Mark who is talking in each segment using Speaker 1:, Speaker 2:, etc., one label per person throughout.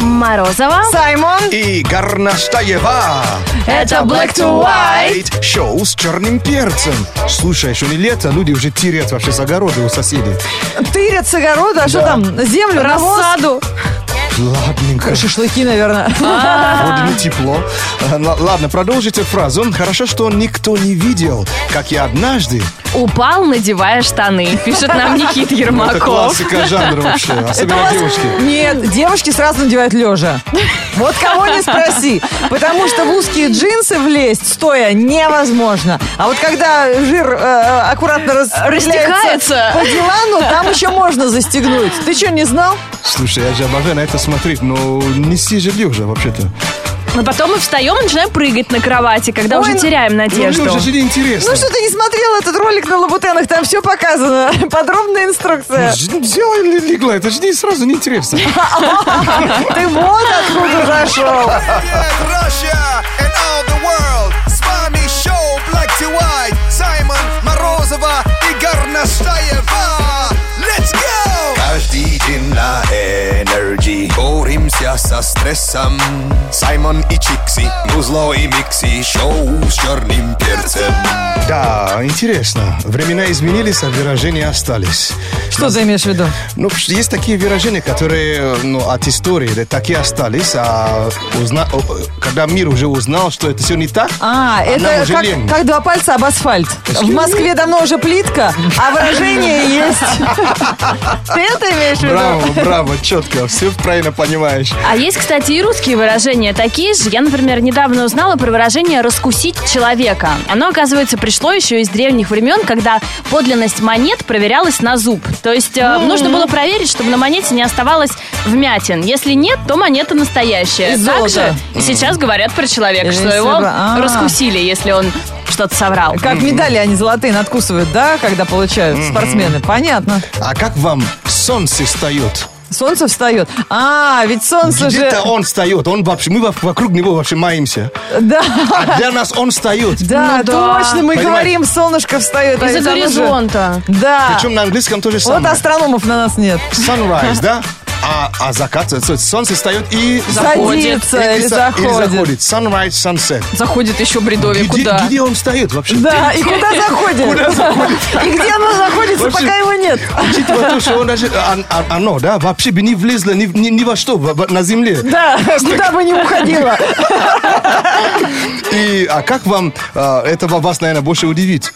Speaker 1: Морозова.
Speaker 2: Саймон.
Speaker 3: И Гарнаштаева.
Speaker 1: Это Black to White.
Speaker 3: Шоу с черным перцем. Слушай, еще не лето, а люди уже тирят вообще с огорода у соседей.
Speaker 2: Тырят с огорода, а что там? Землю, навоз?
Speaker 1: Рассаду.
Speaker 3: Ладненько.
Speaker 2: Шашлыки, наверное. Ну, А.
Speaker 3: Вроде не тепло. Э, л- Ладно, продолжите фразу. Хорошо, что никто не видел, как я однажды.
Speaker 1: Упал, надевая штаны. Пишет нам Никит
Speaker 3: Ну, Это
Speaker 1: Ермаков.
Speaker 3: классика жанра вообще,
Speaker 2: Это у
Speaker 3: особенно
Speaker 2: вас-
Speaker 3: девушки.
Speaker 2: Нет, девушки сразу надевают лежа. Вот кого не спроси. Потому что в узкие джинсы влезть стоя невозможно. А вот когда жир э, аккуратно
Speaker 1: Растекается.
Speaker 2: растекается по дивану, там еще можно застегнуть. Ты что, не знал?
Speaker 3: Слушай, я же обожаю на это смотреть, но не сижу уже вообще-то. Ну,
Speaker 1: Но потом мы встаем и начинаем прыгать на кровати, когда
Speaker 2: Ой,
Speaker 1: уже
Speaker 2: ну-
Speaker 1: теряем
Speaker 3: Ну,
Speaker 1: надежду.
Speaker 3: Лёша, же неинтересно.
Speaker 2: Ну что ты не смотрел этот ролик на Лабутенах? Там все показано. Подробная инструкция.
Speaker 3: Ну, Ж- Взяла и легла, это же не сразу неинтересно.
Speaker 2: Ты вот откуда зашел.
Speaker 4: Привет, Russia and all the world! С вами шоу Black to White, Саймон Морозова и Горнастаева. Let's go! Каждый день на энергии боремся со стрессом. Саймон и Чикси, Музло и Микси, шоу с черным перцем.
Speaker 3: Да, интересно. Времена изменились, а выражения остались.
Speaker 2: Что ты имеешь в виду?
Speaker 3: Ну, пш- есть такие выражения, которые ну, от истории да, так и остались, а узна- о- о- когда мир уже узнал, что это все не так,
Speaker 2: А,
Speaker 3: нам
Speaker 2: это
Speaker 3: уже
Speaker 2: как,
Speaker 3: лень.
Speaker 2: как два пальца об асфальт. В Москве давно уже плитка, а выражение есть. Ты это имеешь в виду?
Speaker 3: Браво, браво, четко, все правильно понимаешь.
Speaker 1: А есть, кстати, и русские выражения такие же. Я, например, недавно узнала про выражение «раскусить человека». Оно, оказывается, пришло еще из древних времен, когда подлинность монет проверялась на зуб. То есть э, нужно было проверить, чтобы на монете не оставалось вмятин. Если нет, то монета настоящая.
Speaker 2: Из
Speaker 1: Также
Speaker 2: золота.
Speaker 1: и сейчас говорят про человека,
Speaker 2: Или
Speaker 1: что
Speaker 2: из
Speaker 1: его
Speaker 2: серебра. А.
Speaker 1: раскусили, если он что-то соврал.
Speaker 2: Как медали они золотые надкусывают, да, когда получают спортсмены? Понятно.
Speaker 3: А как вам солнце встает?
Speaker 2: Солнце встает. А, ведь солнце же...
Speaker 3: Где-то он встает, он вообще, мы во- вокруг него вообще маемся.
Speaker 2: Да,
Speaker 3: А для нас он встает.
Speaker 2: да,
Speaker 1: Ну да.
Speaker 2: точно, мы
Speaker 3: Понимаете?
Speaker 2: говорим, солнышко встает. а
Speaker 1: Из-за
Speaker 2: ведь оно же-
Speaker 1: горизонта.
Speaker 2: Да.
Speaker 3: Причем на английском то же
Speaker 2: Вот
Speaker 3: самое.
Speaker 2: астрономов на нас нет.
Speaker 3: Sunrise, да? А, а закат, то есть солнце встает и...
Speaker 1: Заходит.
Speaker 2: Садится или
Speaker 3: со- или
Speaker 2: заходит. Ну,
Speaker 3: заходит. Sunrise, sunset.
Speaker 1: Заходит еще бредовик.
Speaker 3: Где, где он встает вообще?
Speaker 2: Да, и куда заходит? И где оно находится,
Speaker 3: Вообще-
Speaker 2: пока его нет?
Speaker 3: Учитывая то, что он даже, он- он- оно, да, вообще бы не влезло ни, ни- ни во что в- в- на земле.
Speaker 2: Да, куда бы не уходила.
Speaker 3: И, а как вам, а, этого вас, наверное, больше удивит?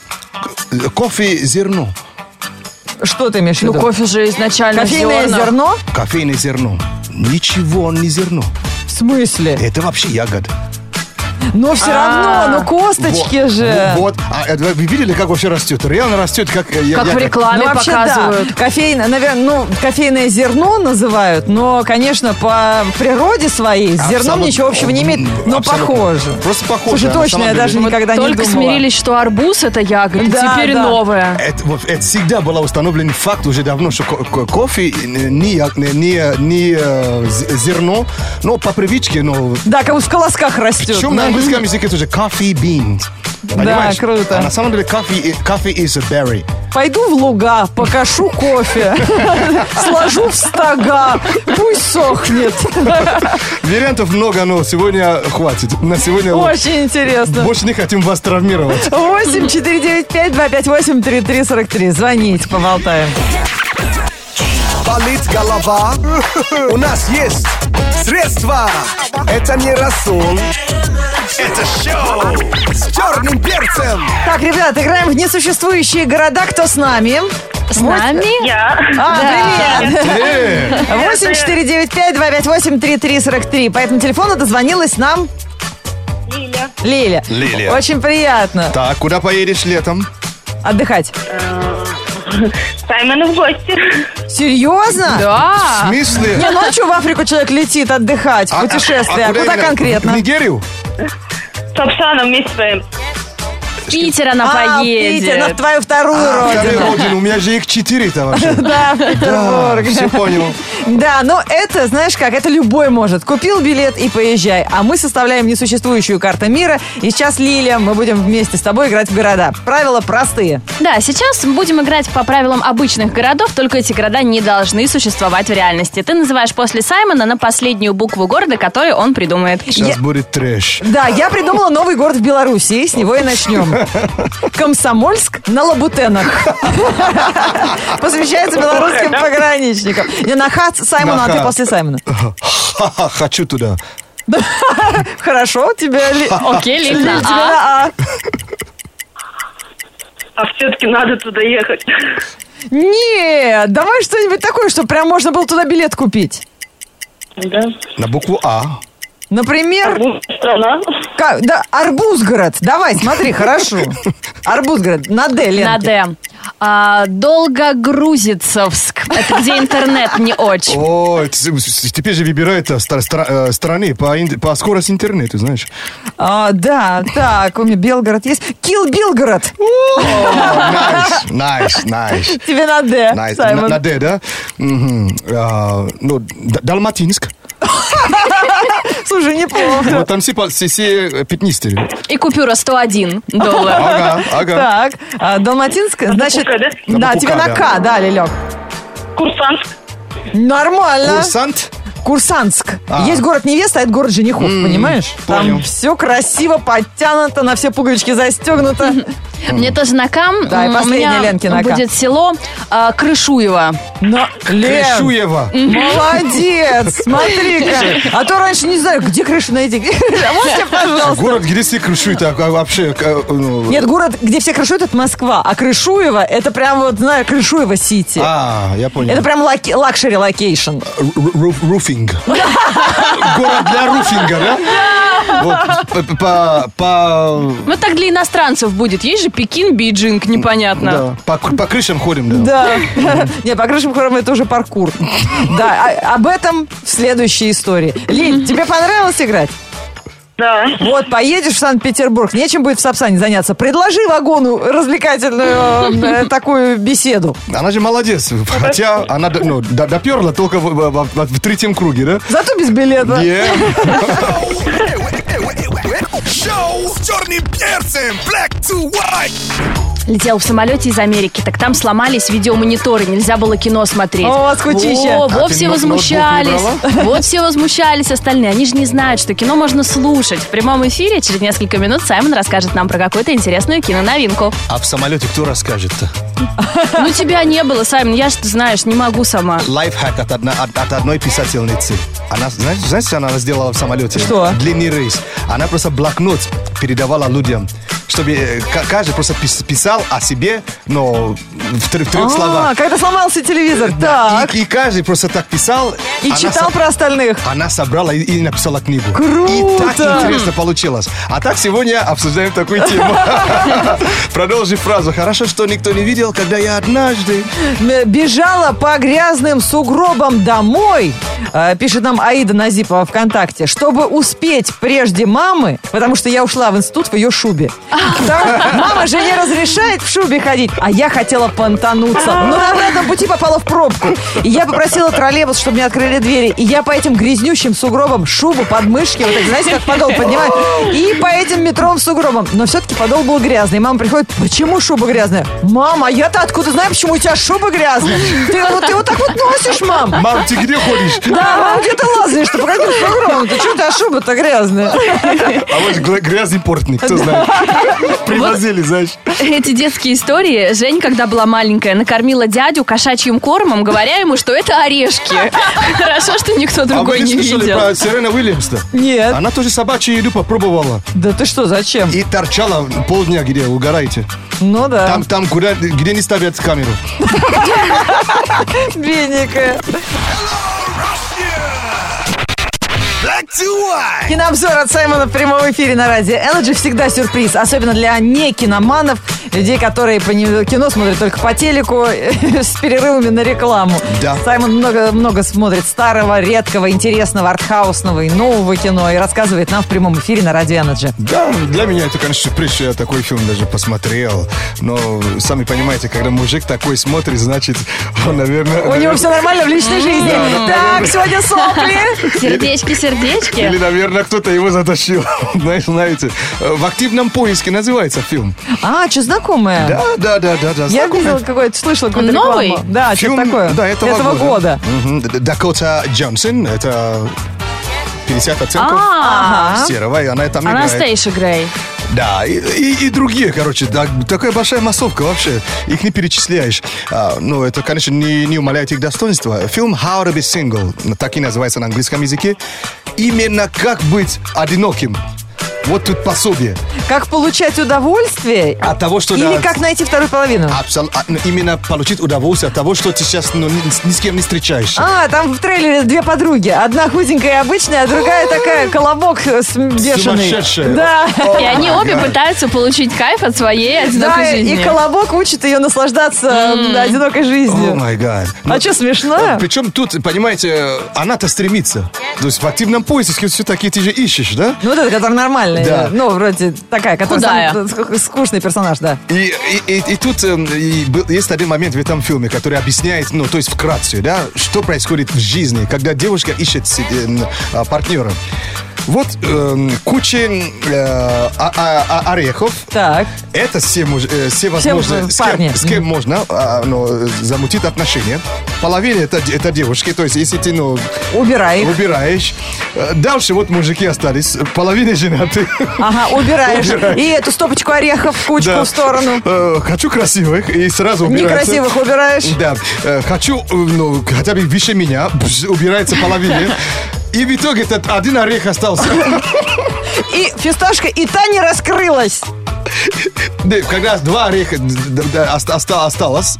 Speaker 3: К- Кофе зерно.
Speaker 2: Что ты имеешь в
Speaker 1: Ну,
Speaker 2: виду?
Speaker 1: кофе же изначально
Speaker 2: Кофейное
Speaker 1: зерна.
Speaker 2: зерно?
Speaker 3: Кофейное зерно. Ничего он не зерно.
Speaker 2: В смысле?
Speaker 3: Это вообще ягода.
Speaker 2: Но все
Speaker 1: А.
Speaker 2: равно, ну косточки
Speaker 3: Вот,
Speaker 2: же.
Speaker 3: Вот. А, э, вы видели, как вообще растет? Реально растет, как э, я-
Speaker 1: Как в
Speaker 3: ягода.
Speaker 1: рекламе
Speaker 2: Ну, вообще,
Speaker 1: показывают.
Speaker 2: да. Кофейное, наверное, ну, кофейное зерно называют, но, конечно, по природе своей с зерном
Speaker 3: Абсолютно.
Speaker 2: ничего общего не имеет, но
Speaker 3: Абсолютно.
Speaker 2: похоже.
Speaker 3: Просто похоже,
Speaker 2: Слушай,
Speaker 3: а на
Speaker 2: точно,
Speaker 3: самом
Speaker 2: я
Speaker 3: деле-
Speaker 2: даже
Speaker 3: Вот
Speaker 2: никогда не думала.
Speaker 1: Только смирились, что арбуз это ягода,
Speaker 2: Да,
Speaker 1: теперь
Speaker 2: да. Э,
Speaker 1: новая.
Speaker 3: Это, вот, это всегда был установлен факт уже давно, что ко- ко- кофе э, не, я- не- не- не, э, з- зерно, но по привычке, но
Speaker 2: Да, как в колосках Ну, растет.
Speaker 3: Причем
Speaker 2: да.
Speaker 3: на английском языке тоже coffee beans. Понимаешь?
Speaker 2: круто.
Speaker 3: А на самом деле coffee, i- coffee is a berry.
Speaker 2: Пойду в луга, покашу кофе, сложу в стога, пусть сохнет.
Speaker 3: Вариантов много, но сегодня хватит. На сегодня вот
Speaker 2: Очень интересно.
Speaker 3: больше не хотим вас травмировать.
Speaker 2: 8 495 258 3343. Звоните, поболтаем.
Speaker 4: Болит голова? У нас есть средства. Это не рассол. Это шоу с черным перцем.
Speaker 2: Так, ребят, играем в несуществующие города. Кто с нами?
Speaker 1: С нами?
Speaker 2: А, привет!
Speaker 3: Э,
Speaker 2: 8 495 258 3343. По этому телефону дозвонилась нам
Speaker 5: Лиля,
Speaker 2: Лиля.
Speaker 3: Лилия.
Speaker 2: Очень приятно.
Speaker 3: Так, куда поедешь летом?
Speaker 2: Отдыхать.
Speaker 5: Саймону в гости.
Speaker 2: Серьезно?
Speaker 3: В
Speaker 2: А.
Speaker 1: Да.
Speaker 3: смысле?
Speaker 2: Не, ночью в Африку человек летит отдыхать, в
Speaker 3: А- а-
Speaker 2: путешествие.
Speaker 3: а
Speaker 2: куда
Speaker 3: именно?
Speaker 2: конкретно?
Speaker 3: В Нигерию?
Speaker 5: С Оксаном вместе своим.
Speaker 1: в Питер она
Speaker 2: А, в
Speaker 1: поедет.
Speaker 2: Питер, на твою вторую
Speaker 3: Вторая
Speaker 2: родину.
Speaker 3: родина, у меня же их четыре-то вообще.
Speaker 2: Да, в
Speaker 3: Да,
Speaker 2: Петербург.
Speaker 3: все понял.
Speaker 2: Да, но это, знаешь как, это любой может. Купил билет и поезжай. А мы составляем несуществующую карту мира. И сейчас, Лилия, мы будем вместе с тобой играть в города. Правила простые.
Speaker 1: Да, сейчас мы будем играть по правилам обычных городов, только эти города не должны существовать в реальности. Ты называешь после Саймона на последнюю букву города, который он придумает.
Speaker 3: Сейчас будет трэш.
Speaker 2: Да, я придумала новый город в Беларуси, и с него и начнем. Комсомольск на Лабутенах. Посвящается белорусским пограничникам. Не, на хат Саймона, а ты
Speaker 3: Нахат.
Speaker 2: после Саймона.
Speaker 3: Ха-ха, хочу туда.
Speaker 2: Хорошо, тебе... ли-
Speaker 1: Окей, Лиль, на
Speaker 2: тебе
Speaker 1: А.
Speaker 2: на А.
Speaker 5: А все-таки надо туда ехать.
Speaker 2: Нет, давай что-нибудь такое, чтобы прям можно было туда билет купить.
Speaker 5: Да.
Speaker 3: На букву А.
Speaker 2: Например,
Speaker 5: Ну, Страна.
Speaker 2: ка- да, Арбузгород. Давай, смотри, хорошо. Арбузгород, на Д, Ленки.
Speaker 1: На Д. А, Долгогрузицевск. Это где интернет не очень.
Speaker 3: О, это с- с- теперь же выбирают э, стра- стра- э, страны по, ин- по скорости интернета, знаешь.
Speaker 2: А, да, так, у меня Белгород есть. Килл Белгород.
Speaker 3: Найс, найс, найс.
Speaker 2: Тебе на Д,
Speaker 3: Найс.
Speaker 2: Саймон.
Speaker 3: На Д, да? Мгм. А, Ну, Д- Далматинск.
Speaker 2: Слушай, неплохо.
Speaker 3: Вот там все по- все- все э, пятнистые.
Speaker 1: И купюра 101 доллар.
Speaker 3: Ага, ага.
Speaker 2: Так, а, Далматинск, значит...
Speaker 5: Пука, да?
Speaker 3: На
Speaker 2: Да,
Speaker 3: Пука,
Speaker 2: тебе на
Speaker 3: да.
Speaker 2: К, да, Лилек.
Speaker 5: Курсанск.
Speaker 2: Нормально.
Speaker 3: Курсант.
Speaker 2: Курсанск.
Speaker 3: А.
Speaker 2: Есть город невеста, а это город женихов, понимаешь? Там
Speaker 3: понял.
Speaker 2: все красиво, подтянуто, на все пуговички застегнуто.
Speaker 1: Мне тоже на Кам.
Speaker 2: Да, и
Speaker 1: М,
Speaker 2: последняя
Speaker 1: у меня
Speaker 2: Ленки на К.
Speaker 1: будет село а, Крышуево.
Speaker 2: Но, Лен,
Speaker 3: Крышуева.
Speaker 2: молодец, смотри-ка. А то раньше не знаю, где крышу найти. где крыша. А можете, пожалуйста?
Speaker 3: Город, где все крышуют, а а вообще... э, ну,
Speaker 2: Нет, город, где все крышуют, это Москва. А Крышуева, это прям вот, знаю, Крышуева-сити.
Speaker 3: А, я понял.
Speaker 2: Это прям лаки- лакшери локейшн.
Speaker 3: Руфинг. Город для руфинга, да? Вот, п- п- по, по,
Speaker 1: Ну так для иностранцев будет. Есть же Пекин, Бейджинг, непонятно.
Speaker 3: да, по, кры- по крышам ходим, да.
Speaker 2: Да. Не, по крышам хором это уже паркур. Да, а- об этом в следующей истории. Лиль, тебе понравилось играть?
Speaker 5: Да.
Speaker 2: Вот, поедешь в Санкт-Петербург, нечем будет в Сапсане заняться. Предложи вагону развлекательную э, такую беседу.
Speaker 3: Она же молодец. Хотя она д- ну, д- доперла только в, в- в- в третьем круге, да?
Speaker 2: Зато без билета.
Speaker 3: Yeah.
Speaker 4: Шоу с черным перцем. Black to white.
Speaker 1: Летел в самолете из Америки, так там сломались видеомониторы, нельзя было кино смотреть.
Speaker 2: О, скучище.
Speaker 1: О,
Speaker 2: А
Speaker 3: ты
Speaker 1: вот все
Speaker 3: ноут- ноутбук не
Speaker 1: возмущались. Вот все возмущались остальные. Они же не знают, что кино можно слушать. В прямом эфире через несколько минут Саймон расскажет нам про какую-то интересную киноновинку.
Speaker 3: А в самолете кто расскажет-то?
Speaker 1: Ну тебя не было, Саймон, я же, ты знаешь, не могу сама.
Speaker 3: Лайфхак от, одна- от- от одной писательницы. Она, знаешь, знаешь, что она сделала в самолете?
Speaker 2: Что?
Speaker 3: Длинный рейс. Она просто блокнот передавала людям, чтобы э, ка- каждый просто пис- писал о себе, но в трех, в трех
Speaker 2: А,
Speaker 3: словах.
Speaker 2: когда сломался телевизор. Так.
Speaker 3: И, и каждый просто так писал.
Speaker 2: И
Speaker 3: Она
Speaker 2: читал
Speaker 3: со-
Speaker 2: про остальных.
Speaker 3: Она собрала и, и написала книгу. И
Speaker 2: Круто!
Speaker 3: так интересно получилось. А так сегодня обсуждаем такую тему. Продолжи фразу. Хорошо, что никто не видел, когда я однажды...
Speaker 2: М, Бежала по грязным сугробам домой, э, пишет нам Аида Назипова ВКонтакте, чтобы успеть прежде мамы, потому что я ушла в институт в ее шубе. Потому что Мама же не разрешает в шубе ходить, а я хотела понтануться. Но на обратном пути попала в пробку. И я попросила троллейбус, чтобы мне открыли двери. И я по этим грязнющим сугробам шубу под мышки, вот так, знаете, как подол поднимаю, и по этим метровым сугробам. Но все-таки подол был грязный. Мама приходит, почему шуба грязная? Мама, а я-то откуда знаю, почему у тебя шуба грязная? Ты, вот- ты вот так вот носишь, мам.
Speaker 3: Мам, ты где ходишь?
Speaker 2: Да, мам, где ты лазаешь-то? По каким сугробам? Ты что, у тебя шуба-то грязная?
Speaker 3: А вот гля- грязный портник, кто знает. Привозили, знаешь.
Speaker 1: Эти детские истории. Жень, когда была маленькая, накормила дядю кошачьим кормом, говоря ему, что это орешки. Хорошо, что никто
Speaker 3: А вы
Speaker 1: другой не
Speaker 3: слышали
Speaker 1: видел.
Speaker 3: про Сирена Уильямс-то?
Speaker 2: Нет.
Speaker 3: Она тоже собачью еду попробовала.
Speaker 2: Да ты что, зачем?
Speaker 3: И торчала полдня, где угораете.
Speaker 2: Ну да.
Speaker 3: Там, там, куда, где не ставят камеру.
Speaker 2: Бедненькая.
Speaker 4: Black to white.
Speaker 2: Кинообзор от Саймона в прямом эфире на радио Energy всегда сюрприз, особенно для некиноманов. людей, которые по не- кино смотрят только по телеку с перерывами на рекламу.
Speaker 3: Да.
Speaker 2: Саймон много, много смотрит старого, редкого, интересного, артхаусного и нового кино и рассказывает нам в прямом эфире на Радио Energy.
Speaker 3: Да, для меня это, конечно, сюрприз, что я такой фильм даже посмотрел. Но сами понимаете, когда мужик такой смотрит, значит, он, наверное...
Speaker 2: У него все нормально в личной жизни. Так, сегодня сопли.
Speaker 1: Сердечки, сердечки.
Speaker 3: Или, наверное, кто-то его затащил. Знаешь, знаете, э, в активном поиске называется фильм.
Speaker 2: А, что знакомое?
Speaker 3: Да, да, да, да, да.
Speaker 2: Я
Speaker 3: знакомый
Speaker 2: видела какой-то, слышала какую-то
Speaker 1: Новый?
Speaker 2: рекламу. Да, что
Speaker 3: фильм,
Speaker 2: такое.
Speaker 3: Да, этого,
Speaker 2: года.
Speaker 3: Мгм. Д- Дакота Джонсон, это 50 оттенков.
Speaker 1: А,
Speaker 2: Ага.
Speaker 3: Серого, и она там играет.
Speaker 1: Анастейша Грей.
Speaker 3: Да, и, и- и другие, короче, да, такая большая массовка вообще, их не перечисляешь. А, ну, это, конечно, не, не умаляет их достоинства. Фильм «How to be single», ну, так и называется на английском языке. Именно «Как быть одиноким». Вот тут пособие.
Speaker 2: Как получать удовольствие?
Speaker 3: От того, что
Speaker 2: Или
Speaker 3: да,
Speaker 2: как найти вторую половину?
Speaker 3: абсол- а, ну, именно получить удовольствие от того, что ты сейчас ну, ни, ни с кем не встречаешься.
Speaker 2: А, там в трейлере две подруги. Одна худенькая и обычная, а другая такая колобок э, с- бешеный.
Speaker 3: Сумасшедшая.
Speaker 2: Да.
Speaker 1: И они обе пытаются получить кайф от своей одинокой
Speaker 2: Да, и
Speaker 1: жизни.
Speaker 2: колобок учит ее наслаждаться м, одинокой
Speaker 3: О ну, э,
Speaker 2: жизнью.
Speaker 3: май гад.
Speaker 2: А что, смешно?
Speaker 3: Причем тут, понимаете, э, она-то стремится. То есть в активном поиске все-таки ты же ищешь, да?
Speaker 2: Ну, вот это, которая нормальная.
Speaker 3: Да.
Speaker 2: Ну, вроде такая, которая
Speaker 1: Худая.
Speaker 2: сам- э, ск- скучный персонаж, да.
Speaker 3: И, и- и- и тут эм, и был- есть один момент в этом фильме, который объясняет, ну, то есть вкратце, да, что происходит в жизни, когда девушка ищет се- эм, а, партнера. Вот эм, куча эм, э, а- а- а- орехов.
Speaker 2: Так.
Speaker 3: Это все, муж- э, все возможные,
Speaker 2: же
Speaker 3: с кем,
Speaker 2: парни.
Speaker 3: с кем можно а, ну, замутить отношения. Половина это, де- это девушки, то есть если ты, ну,
Speaker 2: Убирай их.
Speaker 3: выбираешь. Э, Дальше вот мужики остались, половина женаты.
Speaker 2: Ага, убираешь.
Speaker 3: Убираешь.
Speaker 2: И эту стопочку орехов в кучку
Speaker 3: Да.
Speaker 2: А, в сторону.
Speaker 3: Э, Хочу красивых и сразу убирается.
Speaker 2: Некрасивых убираешь.
Speaker 3: Да. Э, Хочу, э, ну, хотя бы выше меня, бз, убирается половина. И в итоге этот один орех остался.
Speaker 2: И фисташка, и та не раскрылась.
Speaker 3: Да, Когда два ореха д- д- ост- оста- осталось,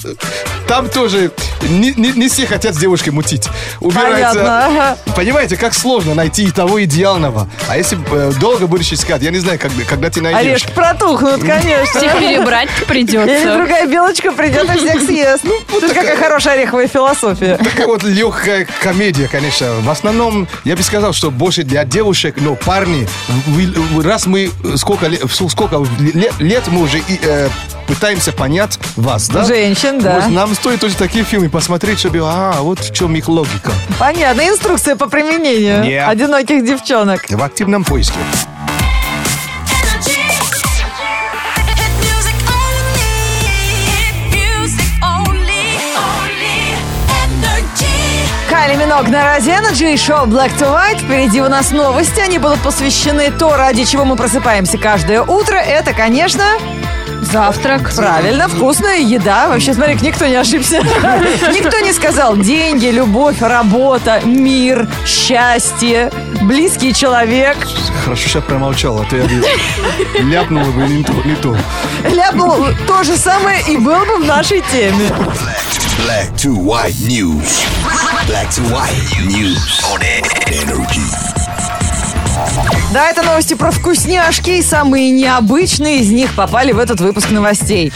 Speaker 3: там тоже не, не- не все хотят с девушкой мутить. Убирается.
Speaker 2: Понятно, ага.
Speaker 3: Понимаете, как сложно найти и того идеального. А если э, долго будешь искать, я не знаю, когда, когда ты найдешь.
Speaker 2: Орешки протухнут, конечно.
Speaker 1: Всех перебрать
Speaker 2: Или
Speaker 1: придется.
Speaker 2: другая белочка придет и всех съест.
Speaker 3: Ну,
Speaker 2: Тут какая хорошая ореховая философия.
Speaker 3: Такая вот легкая комедия, конечно. В основном, я бы сказал, что больше для девушек, но парни, вы- вы- раз мы э, сколько, ле- в- сколько ле- лет мы уже и, э, пытаемся понять вас, да?
Speaker 2: Женщин, да.
Speaker 3: Вот нам стоит тоже такие фильмы посмотреть, чтобы, а, вот в чем их логика.
Speaker 2: Понятно, инструкция по применению
Speaker 3: Не.
Speaker 2: одиноких девчонок.
Speaker 3: В активном поиске.
Speaker 6: Energy. Hit music only. Hit music only. Only. Energy.
Speaker 2: Кайли Минок на Радио Energy и шоу Black to White. Впереди у нас новости. Они будут посвящены то, ради чего мы просыпаемся каждое утро. Это, конечно... Завтрак. Правильно, вкусная еда. Вообще, смотри, никто не ошибся. Никто не сказал деньги, любовь, работа, мир, счастье, близкий человек.
Speaker 3: Хорошо, что я промолчал, а то я бы ляпнула бы не то. не то.
Speaker 2: Ляпнул то же самое и был бы в нашей теме.
Speaker 4: Black to white news. Black to white news on energy.
Speaker 2: Да, это новости про вкусняшки, и самые необычные из них попали в этот выпуск новостей.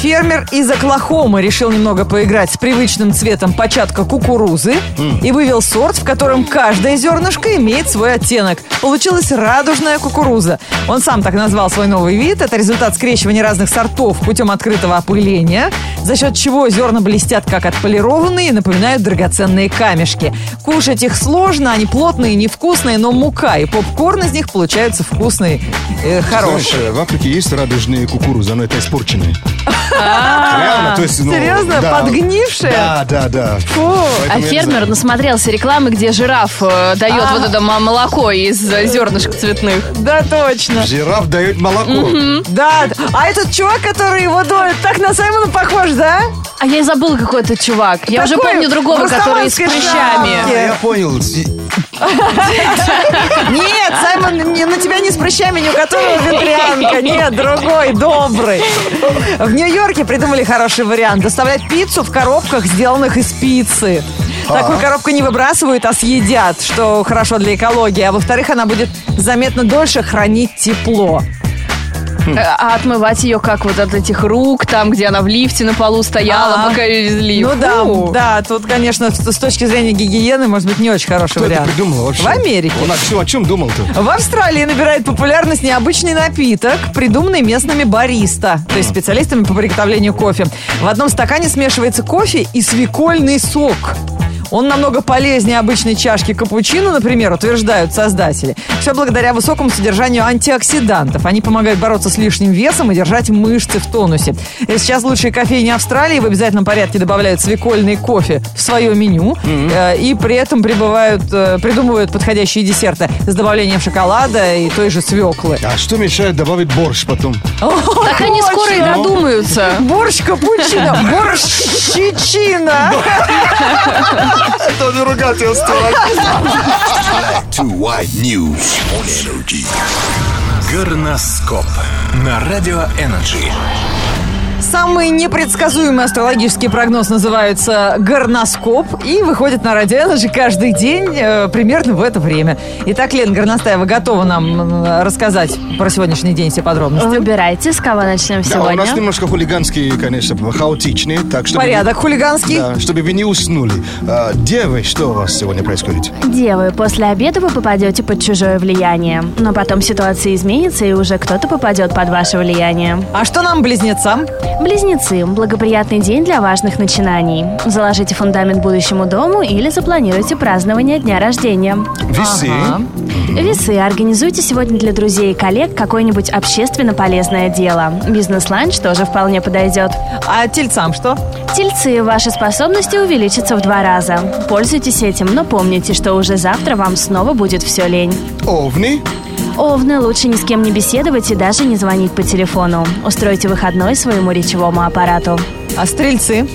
Speaker 2: Фермер из Оклахомы решил немного поиграть с привычным цветом початка кукурузы и вывел сорт, в котором каждое зернышко имеет свой оттенок. Получилась радужная кукуруза. Он сам так назвал свой новый вид. Это результат скрещивания разных сортов путем открытого опыления, за счет чего зерна блестят как отполированные и напоминают драгоценные камешки. Кушать их сложно, они плотные, невкусные, но мука и попкорн из них получаются вкусные, э,
Speaker 3: Знаешь,
Speaker 2: хорошие.
Speaker 3: э, в Африке есть радужные кукурузы, но это испорченные. Реально, то есть, ну,
Speaker 2: А, Серьезно?
Speaker 3: да.
Speaker 2: Подгнившие?
Speaker 3: Да, да, да.
Speaker 2: Фу.
Speaker 1: А
Speaker 3: Поэтому я не
Speaker 1: фермер
Speaker 3: знаю.
Speaker 1: насмотрелся рекламы, где жираф э, дает
Speaker 7: А.
Speaker 1: вот это м- молоко из э, зернышек цветных.
Speaker 2: Да, точно.
Speaker 3: Жираф дает молоко.
Speaker 2: Да. А этот чувак, который его доит, так на Саймона похож, да?
Speaker 1: А я и забыла, какой это чувак. Я уже
Speaker 2: Такой
Speaker 1: помню другого,
Speaker 2: в
Speaker 1: который с
Speaker 2: растаманской
Speaker 1: прыщами.
Speaker 2: шапке.
Speaker 3: А Я понял. И-
Speaker 2: Нет, Саймон, не- на тебя не с прыщами не уготовила ветрянка. Нет, другой, добрый. В Нью-Йорке придумали хороший вариант. Доставлять пиццу в коробках, сделанных из пиццы.
Speaker 3: А.
Speaker 2: Такую коробку не выбрасывают, а съедят, что хорошо для экологии. А во-вторых, она будет заметно дольше хранить тепло.
Speaker 7: А отмывать ее как вот от этих рук, там, где она в лифте на полу стояла,
Speaker 2: А.
Speaker 7: пока ее везли.
Speaker 2: Ну
Speaker 7: Фу.
Speaker 2: да, да, тут, конечно, с с точки зрения гигиены, может быть, не очень хороший
Speaker 3: Кто это
Speaker 2: вариант.
Speaker 3: придумал вообще?
Speaker 2: В Америке.
Speaker 3: Он о чем, о чем думал-то?
Speaker 2: В Австралии набирает популярность необычный напиток, придуманный местными бариста, то есть специалистами по приготовлению кофе. В одном стакане смешивается кофе и свекольный сок. Он намного полезнее обычной чашки капучино, например, утверждают создатели. Все благодаря высокому содержанию антиоксидантов. Они помогают бороться с лишним весом и держать мышцы в тонусе. И сейчас лучшие кофейни Австралии в обязательном порядке добавляют свекольный кофе в свое меню э, и при этом прибывают, э, придумывают подходящие десерты с добавлением шоколада и той же свеклы.
Speaker 3: А что мешает добавить борщ потом?
Speaker 7: Так они скоро и додумаются.
Speaker 2: Борщ капучино, борщичина.
Speaker 3: Это же ругательство.
Speaker 4: Black to white news on energy.
Speaker 8: Горноскоп на Радио Энерджи.
Speaker 2: Самый непредсказуемый астрологический прогноз называется горноскоп и выходит на Радио Energy каждый день э, примерно в это время. Итак, Лен Горностаева готова нам м, рассказать про сегодняшний день все подробности.
Speaker 7: Выбирайте, с кого начнем
Speaker 3: Да, у нас
Speaker 7: сегодня.
Speaker 3: немножко хулиганские, конечно, хаотичные, так что...
Speaker 2: Порядок хулиганский.
Speaker 3: Да, чтобы вы не уснули. А, девы, что у вас сегодня происходит?
Speaker 7: Девы, после обеда вы попадете под чужое влияние. Но потом ситуация изменится, и уже кто-то попадет под ваше влияние.
Speaker 2: А что нам, близнецам?
Speaker 7: Близнецы, благоприятный день для важных начинаний. Заложите фундамент будущему дому или запланируйте празднование дня рождения.
Speaker 3: Весы.
Speaker 2: Ага.
Speaker 7: Весы, организуйте сегодня для друзей и коллег какое-нибудь общественно полезное дело. Бизнес-ланч тоже вполне подойдет.
Speaker 2: А тельцам что?
Speaker 7: Тельцы, ваши способности увеличатся в два раза. Пользуйтесь этим, но помните, что уже завтра вам снова будет все лень.
Speaker 3: Овны.
Speaker 7: Овны, лучше ни с кем не беседовать и даже не звонить по телефону. Устройте выходной своему речевому аппарату.
Speaker 2: А стрельцы?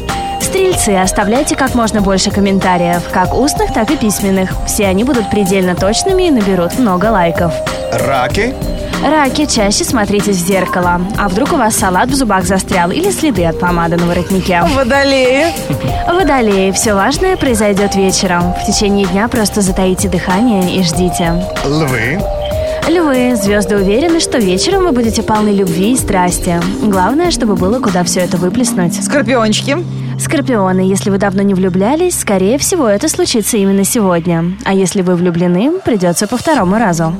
Speaker 7: Стрельцы, оставляйте как можно больше комментариев, как устных, так и письменных. Все они будут предельно точными и наберут много лайков.
Speaker 3: Раки.
Speaker 7: Раки, чаще смотритесь в зеркало. А вдруг у вас салат в зубах застрял или следы от помады на воротнике?
Speaker 2: Водолеи.
Speaker 7: Водолеи, все важное произойдет вечером. В течение дня просто затаите дыхание и ждите.
Speaker 3: Львы.
Speaker 7: Львы, звезды уверены, что вечером вы будете полны любви и страсти. Главное, чтобы было куда все это выплеснуть.
Speaker 2: Скорпиончики.
Speaker 7: Скорпионы, если вы давно не влюблялись, скорее всего, это случится именно сегодня. А если вы влюблены, придется по второму разу.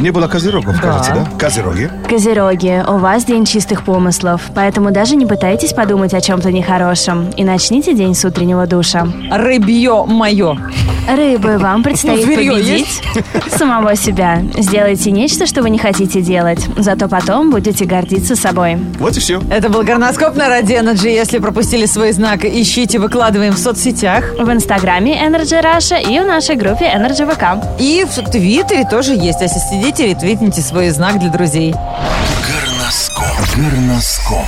Speaker 3: Не было козерогов, кажется, да? Козероги.
Speaker 7: Козероги, у вас день чистых помыслов, поэтому даже не пытайтесь подумать о чем-то нехорошем и начните день с утреннего душа.
Speaker 2: Рыбье мое.
Speaker 7: Рыбы, вам предстоит
Speaker 2: зверьё
Speaker 7: победить самого себя. Сделайте нечто, что вы не хотите делать, зато потом будете гордиться собой.
Speaker 3: Вот и А все.
Speaker 2: Это был горноскоп на Радио Energy. Если пропустили свой знак, ищите, выкладываем в соцсетях.
Speaker 7: В инстаграме Energy Russia и в нашей группе Energy VK.
Speaker 2: И в Твиттере тоже есть. А Если сидите, ретвитните свой знак для друзей.
Speaker 8: Горноскоп. Горноскоп.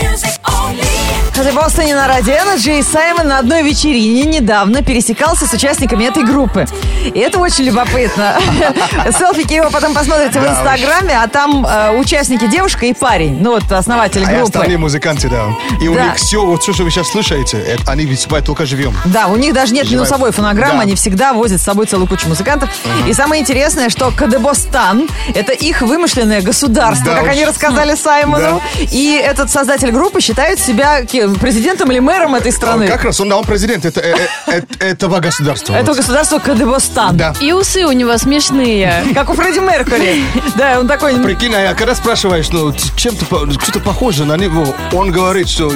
Speaker 6: music only.
Speaker 2: Кстати, в Бостоне на Радио Energy Саймон на одной вечерине недавно пересекался с участниками этой группы. И это очень любопытно. Селфики его потом посмотрите в
Speaker 3: Да уж.
Speaker 2: Инстаграме, а там э, участники девушка и парень. Ну вот основатель
Speaker 3: А и остальные
Speaker 2: группы.
Speaker 3: музыканты, да. И у
Speaker 2: Да.
Speaker 3: них все, вот все, что вы сейчас слышите, это они выступают только живьем.
Speaker 2: Да, у них даже нет
Speaker 3: Живая.
Speaker 2: минусовой фонограммы,
Speaker 3: Да.
Speaker 2: они всегда возят с собой целую кучу музыкантов. И самое интересное, что Кадебостан – это их вымышленное государство,
Speaker 3: Да
Speaker 2: как
Speaker 3: уж.
Speaker 2: они рассказали Саймону. И этот создатель группы считает себя кем? президентом или мэром этой страны.
Speaker 3: Как раз А он, да, он президент это, э, э, э, этого государства.
Speaker 2: Это
Speaker 3: Вот.
Speaker 2: государство Кадебостан.
Speaker 3: Да.
Speaker 7: И усы у него смешные.
Speaker 2: Как у Фредди Меркури. Да, он такой...
Speaker 3: Прикинь, а я когда спрашиваешь, ну, т- чем ты, по- что-то похоже на него, он говорит, что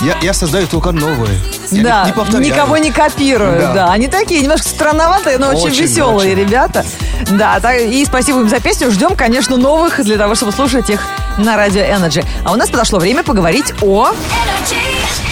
Speaker 3: я, я создаю только новое. Я
Speaker 2: Да,
Speaker 3: не- не повторяю.
Speaker 2: никого не копируют, да.
Speaker 3: Да.
Speaker 2: Они такие немножко странноватые, но очень,
Speaker 3: Очень,
Speaker 2: веселые
Speaker 3: очень.
Speaker 2: ребята. Да, так- и спасибо им за песню. Ждем, конечно, новых для того, чтобы слушать их на радио Energy. А у нас подошло время поговорить о...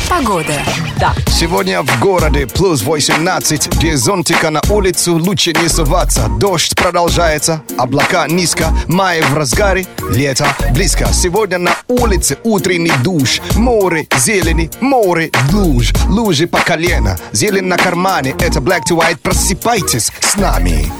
Speaker 6: Погода.
Speaker 2: Да,
Speaker 3: Сегодня в городе плюс 18, без зонтика на улицу лучше не соваться. Дождь продолжается, облака низко, май в разгаре, лето близко. Сегодня на улице утренний душ, море зелени, море луж, лужи по колено, зелень на кармане. Это Black to White, просыпайтесь с нами.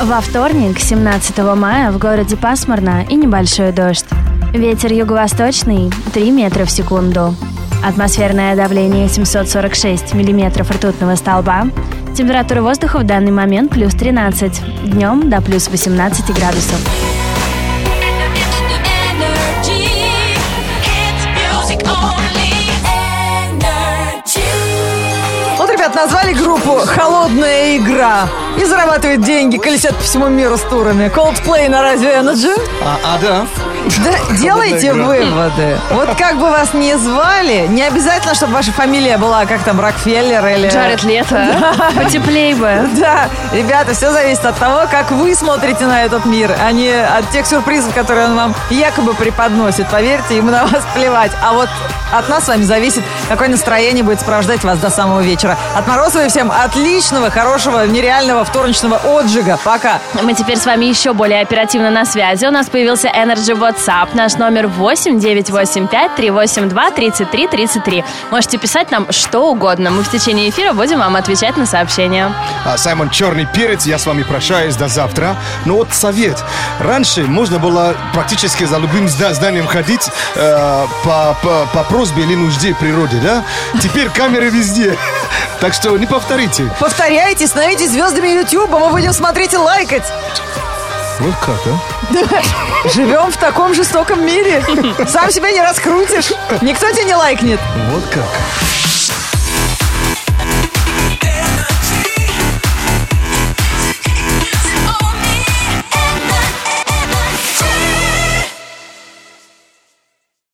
Speaker 7: Во вторник, 17 мая, в городе пасмурно и небольшой дождь. Ветер юго-восточный 3 метра в секунду.
Speaker 1: Атмосферное давление 746 миллиметров ртутного столба. Температура воздуха в данный момент плюс 13. Днем до плюс 18 градусов.
Speaker 6: Energy. Hits music only. Energy.
Speaker 2: Вот, ребят, назвали группу «Холодная игра» и зарабатывают деньги, колесят по всему миру с турами. Coldplay на радио Energy.
Speaker 3: А, а, да.
Speaker 2: Да, делайте
Speaker 3: игра.
Speaker 2: выводы. Вот как бы вас ни звали, не обязательно, чтобы ваша фамилия была, как там, Рокфеллер или...
Speaker 1: Жарит лето. Потеплей бы.
Speaker 2: Да, ребята, все зависит от того, как вы смотрите на этот мир, а не от тех сюрпризов, которые он вам якобы преподносит. Поверьте, ему на вас плевать. А вот от нас с вами зависит, какое настроение будет сопровождать вас до самого вечера. От Морозовой всем отличного, хорошего, нереального вторничного отжига. Пока.
Speaker 1: Мы теперь с вами еще более оперативно на связи. У нас появился Energy WhatsApp. Наш номер 8985-382-3333. Можете писать нам что угодно. Мы в течение эфира будем вам отвечать на сообщения.
Speaker 3: А, Саймон Черный Перец, я с вами прощаюсь до завтра. Но вот совет. Раньше можно было практически за любым зда- зданием ходить э, по, по- по просьбе или нужде природы, да? Теперь камеры везде. Так что не повторите.
Speaker 2: Повторяйте, становитесь звездами Ютьюба, мы будем смотреть и лайкать.
Speaker 3: Вот как, а?
Speaker 2: Живем в таком жестоком мире. Сам себя не раскрутишь. Никто тебя не лайкнет.
Speaker 3: Вот как.